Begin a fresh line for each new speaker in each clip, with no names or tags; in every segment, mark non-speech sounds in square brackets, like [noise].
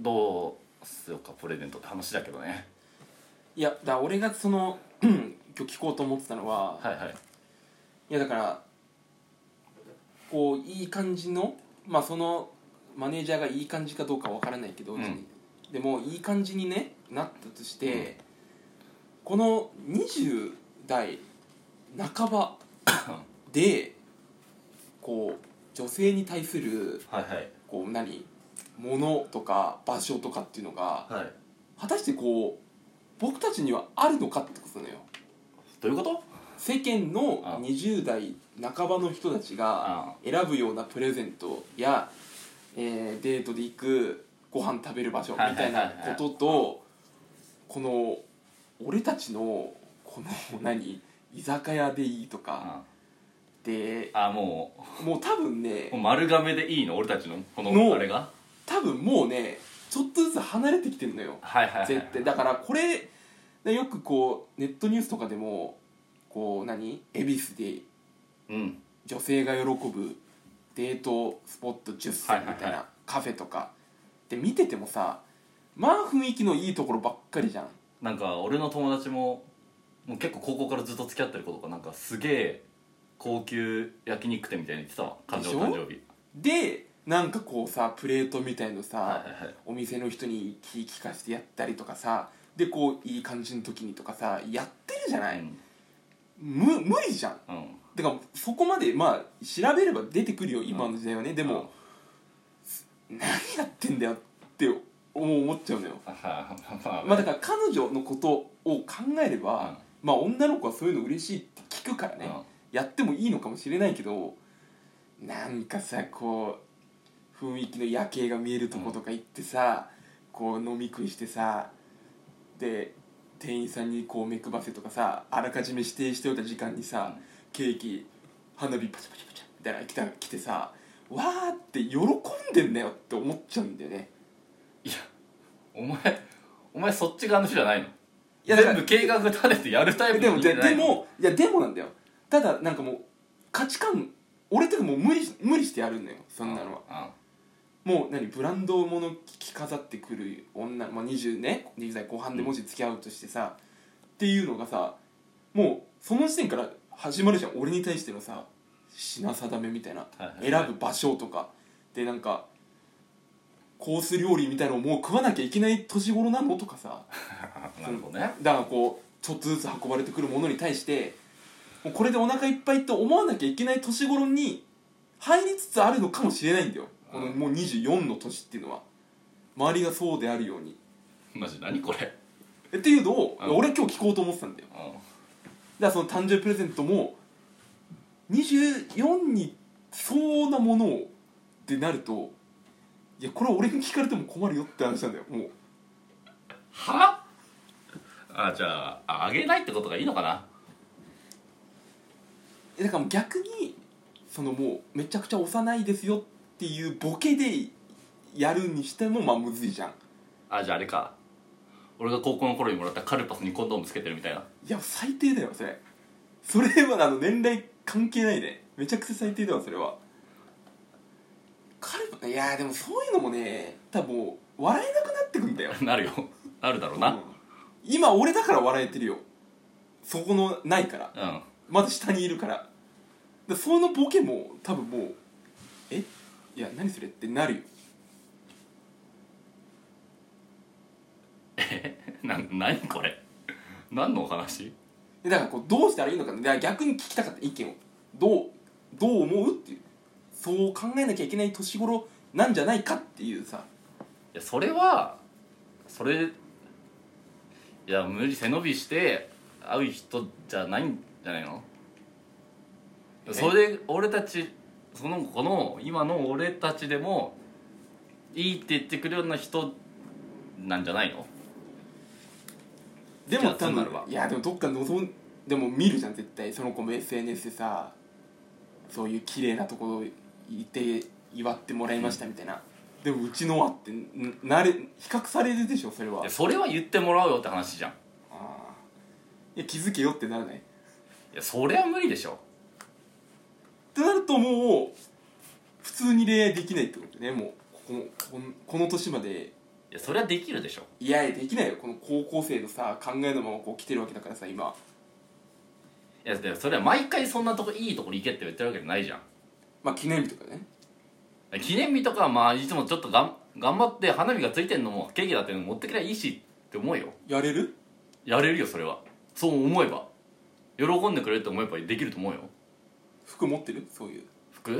どうしようかプレゼントって話だけどね
いやだから俺がその [clears throat] 今日聞こうと思ってたのは、
はいはい
いやだからこういい感じのまあそのマネージャーがいい感じかどうかわからないけど、
うん
でもいい感じに、ね、なったとして、この20代半ばでこう女性に対する
はいはい
こう何物とか場所とかっていうのが
はい
果たしてこう僕たちにはあるのかってことなのよ
どういうこと
世間
あ
の20代半ばの人たちが選ぶようなプレゼントや、えーデートで行くご飯食べる場所み
はいはい
た
はい
い
はい
なこととこの俺たちのこ
[laughs]
の何居酒屋でいいと
あ
かで
あも
もう多分
うもう
ね
丸亀でいいの俺たちのこの
の
あれが
多分もうねちょっとずつ離れてきてるのよ
はいはいはい
絶対だからこれでよくこうネットニュースとかでもこう何恵比寿で
うん
女性が喜ぶデートスポット10選み
はい
たい
はいは
なカフェとかで見ててもさまあ雰囲気のいいところばっかりじゃん
なんか俺の友達ももう結構高校からずっと付き合ってる子とかなんかすげえ高級焼肉店みたいに言ってたわ誕生
でし
日
ょ
誕生日
でなんかこうさプレートみたいのさ、
はいはいはい
お店の人に気利かしてやったりとかさでこういい感じの時にとかさやってるじゃない、
うん
む無理じゃん
うん
てかそこまでまあ調べれば出てくるよ今の時代はね、でも、何やってんだよって思っちゃうのよ
あは [laughs] は
まあだから彼女のことを考えれば、まあ女の子はそういうの嬉しいって聞くからね、やってもいいのかもしれないけどなんかさこう雰囲気の夜景が見えるとことか行ってさ、こう飲み食いしてさで店員さんにこう目配せとかさあらかじめ指定しておいた時間にさ、
うん
ケーキ花火パチャパチャパチャみたいなの来た来てさわーって喜んでんだよって思っちゃうんだよね
お前お前そっち側の人じゃないの
いやだか
全
ら
部計画立ててやるタイプ
で
の
も
人じ
で
ゃない
で
の
もいやでもなんだよただなんかもう価値観俺とかもう無理し無理してやるんだよそんなのは
は
もう何ブランドもの着飾ってくる女、まあ、20ね20代後半でもし付き合うとしてさ、っていうのがさもうその時点から始まるじゃん俺に対してのさ品定めみたいな、
いはいはい
選ぶ場所とかでなんかコース料理みたいのをもう食わなきゃいけない年頃なのとかさ
なるほどね
だからこうちょっとずつ運ばれてくるものに対してもうこれでお腹いっぱいって思わなきゃいけない年頃に入りつつあるのかもしれないんだよこの
うん
もう24の年っていうのは周りがそうであるように
マジ何これ
えっていうのを
うん
俺今日聞こうと思ってたんだよ
う
だからその誕生日プレゼントも24にそうなものをってなるといやこれ俺に聞かれても困るよって話なんだよもう
はあじゃあああげないってことがいいのかな
えだからもう逆にそのもうめちゃくちゃ幼いですよっていうボケでやるにしてもまあむずいじゃん
あじゃああれか俺が高校の頃にもらったカルパスにコンドームつけてるみたいない [laughs]
や最低だよそれそれはあの年代関係ないねめちゃくちゃ最低だわそれは彼もいやでもそういうのもね多分もう笑えなくなってくんだよ、
なるよなるだろうな
うん今俺だから笑えてるよそこのないから
うん、
まず下にいるからでそのボケも多分もうえいや何それってなるよ
な何これ何のお話
でだからこうどうしたらいいのかだから逆に聞きたかった意見をどうどう思うっていうそう考えなきゃいけない年頃なんじゃないかっていうさ
いやそれはそれいや無理背伸びして会う人じゃないんじゃないの
え
それで俺たちその子の今の俺たちでもいいって言ってくるような人なんじゃないのじ
で
ゃ
も
あ
多
そうな
分
るわ
いやでもどっか望んでも見るじゃん絶対その子も SNS でさそういう綺麗なところ行って祝ってもらいましたみたいな、でもうちのはってんなれ比較されるでしょそれはい
やそれは言ってもらおうよって話じゃん
あーいや気づけよってならない
いやそれは無理でしょ
ってなるともう普通に恋愛できないってことねもうこのこのこの年まで
いやそれはできるでしょ
いやいやできないよこの高校生のさ考えのままこう来てるわけだからさ今
いやでもそれは毎回そんなとこいいとこに行けって言ってるわけじゃないじゃん
まあ記念日とかね
記念日とかはまあいつもちょっとがん頑張って花火がついてんのもケーキだっての持ってきりゃいいしって思うよ
やれる
やれるよそれはそう思えば喜んでくれると思えばできると思うよ
服持ってるそういう
服い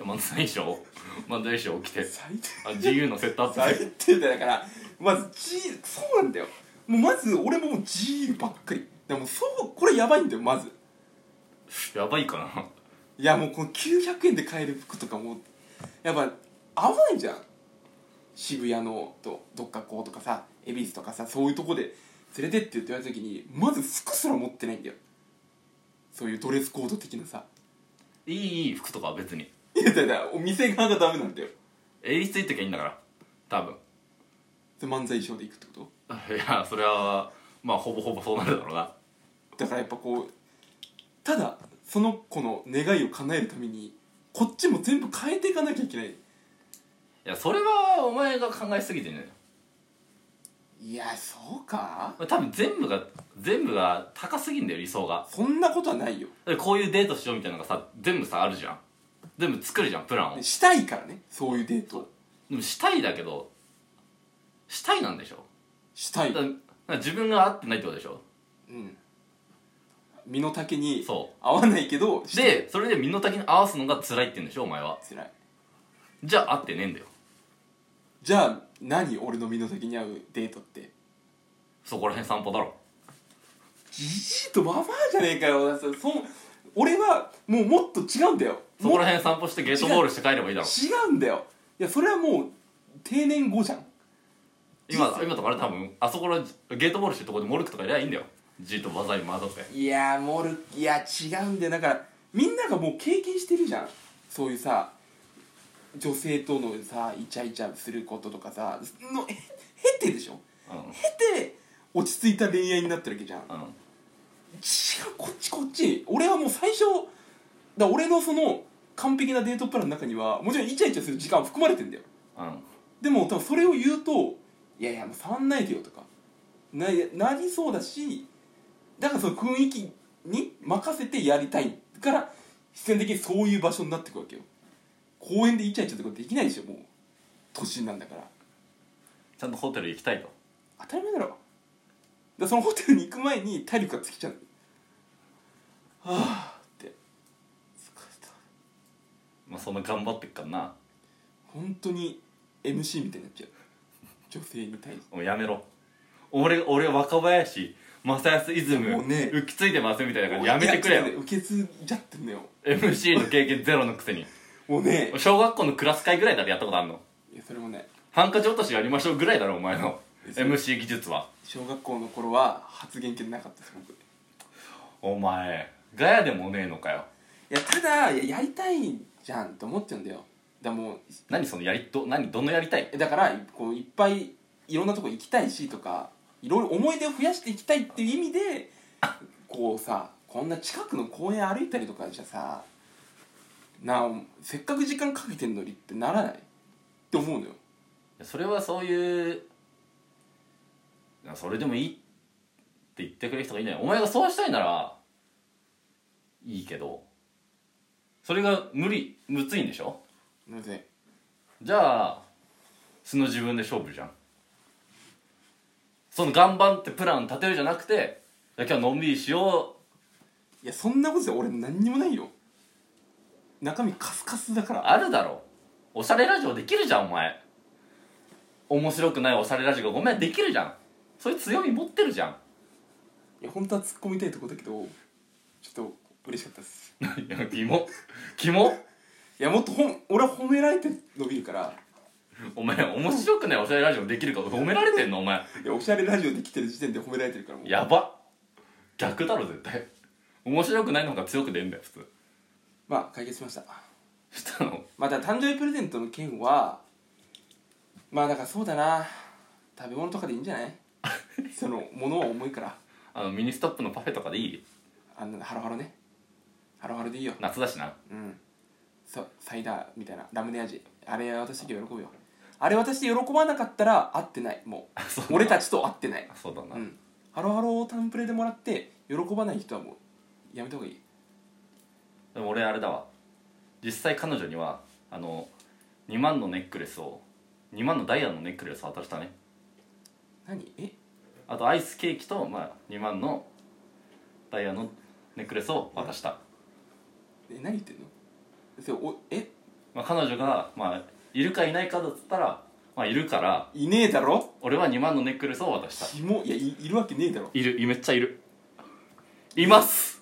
や漫才衣装漫才衣装着て
最低
あ自由のセットアッ
最
プ
低だよだからまず G そうなんだよもうまず俺ももう G ばっかりでもそうこれやばいんだよまず
やばいかない
やもうこの900円で買える服とかもうやっぱ合わないじゃん渋谷のとどっかこうとかさ恵比寿とかさそういうとこで連れてってって言われた時にまず服すら持ってないんだよそういうドレスコード的なさ
いいいい服とかは別に
いやだからお店側がダメなんだよ
襟ついてきゃいいんだから多分
それ漫才衣装で行くってこと
いやそれはまあほぼほぼそうなるだろうな
だからやっぱこうただその子の願いを叶えるためにこっちも全部変えていかなきゃいけない
いやそれはお前が考えすぎてね
いやそうか
多分全部が全部が高すぎんだよ理想が
そんなことはないよ
だってこういうデートしようみたいなのがさ全部さあるじゃん全部作るじゃんプランを
したいからねそういうデートを
でもしたいだけどしたいなんでしょ
したい
だだから自分が合ってないってことでしょ
うん身の丈に
そ
合わないけど
うでそれで身の丈に合わすのが辛いって言うんでしょお前は
つらい
じゃあ合ってねえんだよ
じゃあ何俺の身の丈に合うデートって
そこら辺散歩だろ
じじいとババアじゃねえかよそそん俺はもうもっと違うんだよ
そこら辺散歩してゲートボールして帰ればいいだろ
違うんだよいやそれはもう定年後じゃん
今今とかあれ多分あそこらゲートボールしてるとこでモルクとかいりゃいいんだよじっとバザーに混ざって
いやーモルいや違うんだよだからみんながもう経験してるじゃんそういうさ女性とのさイチャイチャすることとかさのへへてでしょ
う
へて落ち着いた恋愛になってるわけじゃん違うん
うん
こっちこっち俺はもう最初だ俺のその完璧なデートプランの中にはもちろんイチャイチャする時間は含まれてんだよ
うん
でも多分それを言うと「いやいやもう触んないでよ」とかななりそうだしだからその雰囲気に任せてやりたいから必然的にそういう場所になってくわけよ公園でイチャイチャとかできないでしょもう都心なんだから
ちゃんとホテル行きたいと
当たり前だろだからそのホテルに行く前に体力が尽きちゃうはあって疲れた
まあそんな頑張ってっからな
本当に MC みたいになっちゃう女性に対して
もうやめろ俺俺若林正康イズム
もうね
浮きついてますみたいな感じやめてくれよ
いや受け継いじゃってんのよ
MC の経験ゼロのくせに
もうね
小学校のクラス会ぐらいだってやったことあんの
いやそれもね
ハンカチ落としやりましょうぐらいだろお前の
えそう
MC 技術は
小学校の頃は発言権なかったです僕い
お前ガヤでもねえのかよ
やただいややりたいじゃんと思っちゃうんだよだからもう
何そのやりど何どのやりたい
えだからこういっぱいいろんなとこ行きたいしとかいろいろ思い出を増やしていきたいっていう意味でこうさこんな近くの公園歩いたりとかじゃさなあせっかく時間かけてんのにってならないって思うのよ
それはそういういやそれでもいいって言ってくれる人がいないお前がそうしたいならいいけどそれが無理むついんでしょ
なぜ
じゃあ素の自分で勝負じゃんその頑張ってプラン立てるじゃなくていや今日のんびりしよう
いやそんなことじゃ俺何にもないよ中身カスカスだから
あるだろおしゃれラジオできるじゃんお前面白くないおしゃれラジオがごめんできるじゃんそういう強み持ってるじゃん
いや本当は突っ込みたいとこだけどちょっと嬉しかったです
[laughs] いやキモキモ
いやもっとほん俺は褒められて伸びるから
お前面白くないおしゃれラジオできるか褒められてんのお前
いやおしゃれラジオで来てる時点で褒められてるからもう
やば逆だろ絶対面白くないの方が強く出んだよ普通
まあ解決しました
したの
また誕生日プレゼントの件はまあだからそうだな食べ物とかでいいんじゃない
[laughs]
その物は重いから
あのミニストップのパフェとかでいい
あんなハロハロねハロハロでいいよ
夏だしな
うんそうサイダーみたいなラムネ味あれ私たちが喜ぶよあれ私喜ばなかったら会ってないも
あそう
う俺たちと会ってない
そうだな、
うんハロハロタンプレでもらって喜ばない人はもうやめた方がいい
でも俺あれだわ実際彼女にはあの2万のネックレスを2万のダイヤのネックレスを渡したね
何え
あとアイスケーキと、まあ、2万のダイヤのネックレスを渡した、
え何言ってんのそれおえ
まあ、彼女が、まあ、いるかいないかだったら、まあ、いるから
いねえだろ
俺は2万のネックレスを渡した
ひもいやいいるわけねえだろ
いるいめっちゃいるいます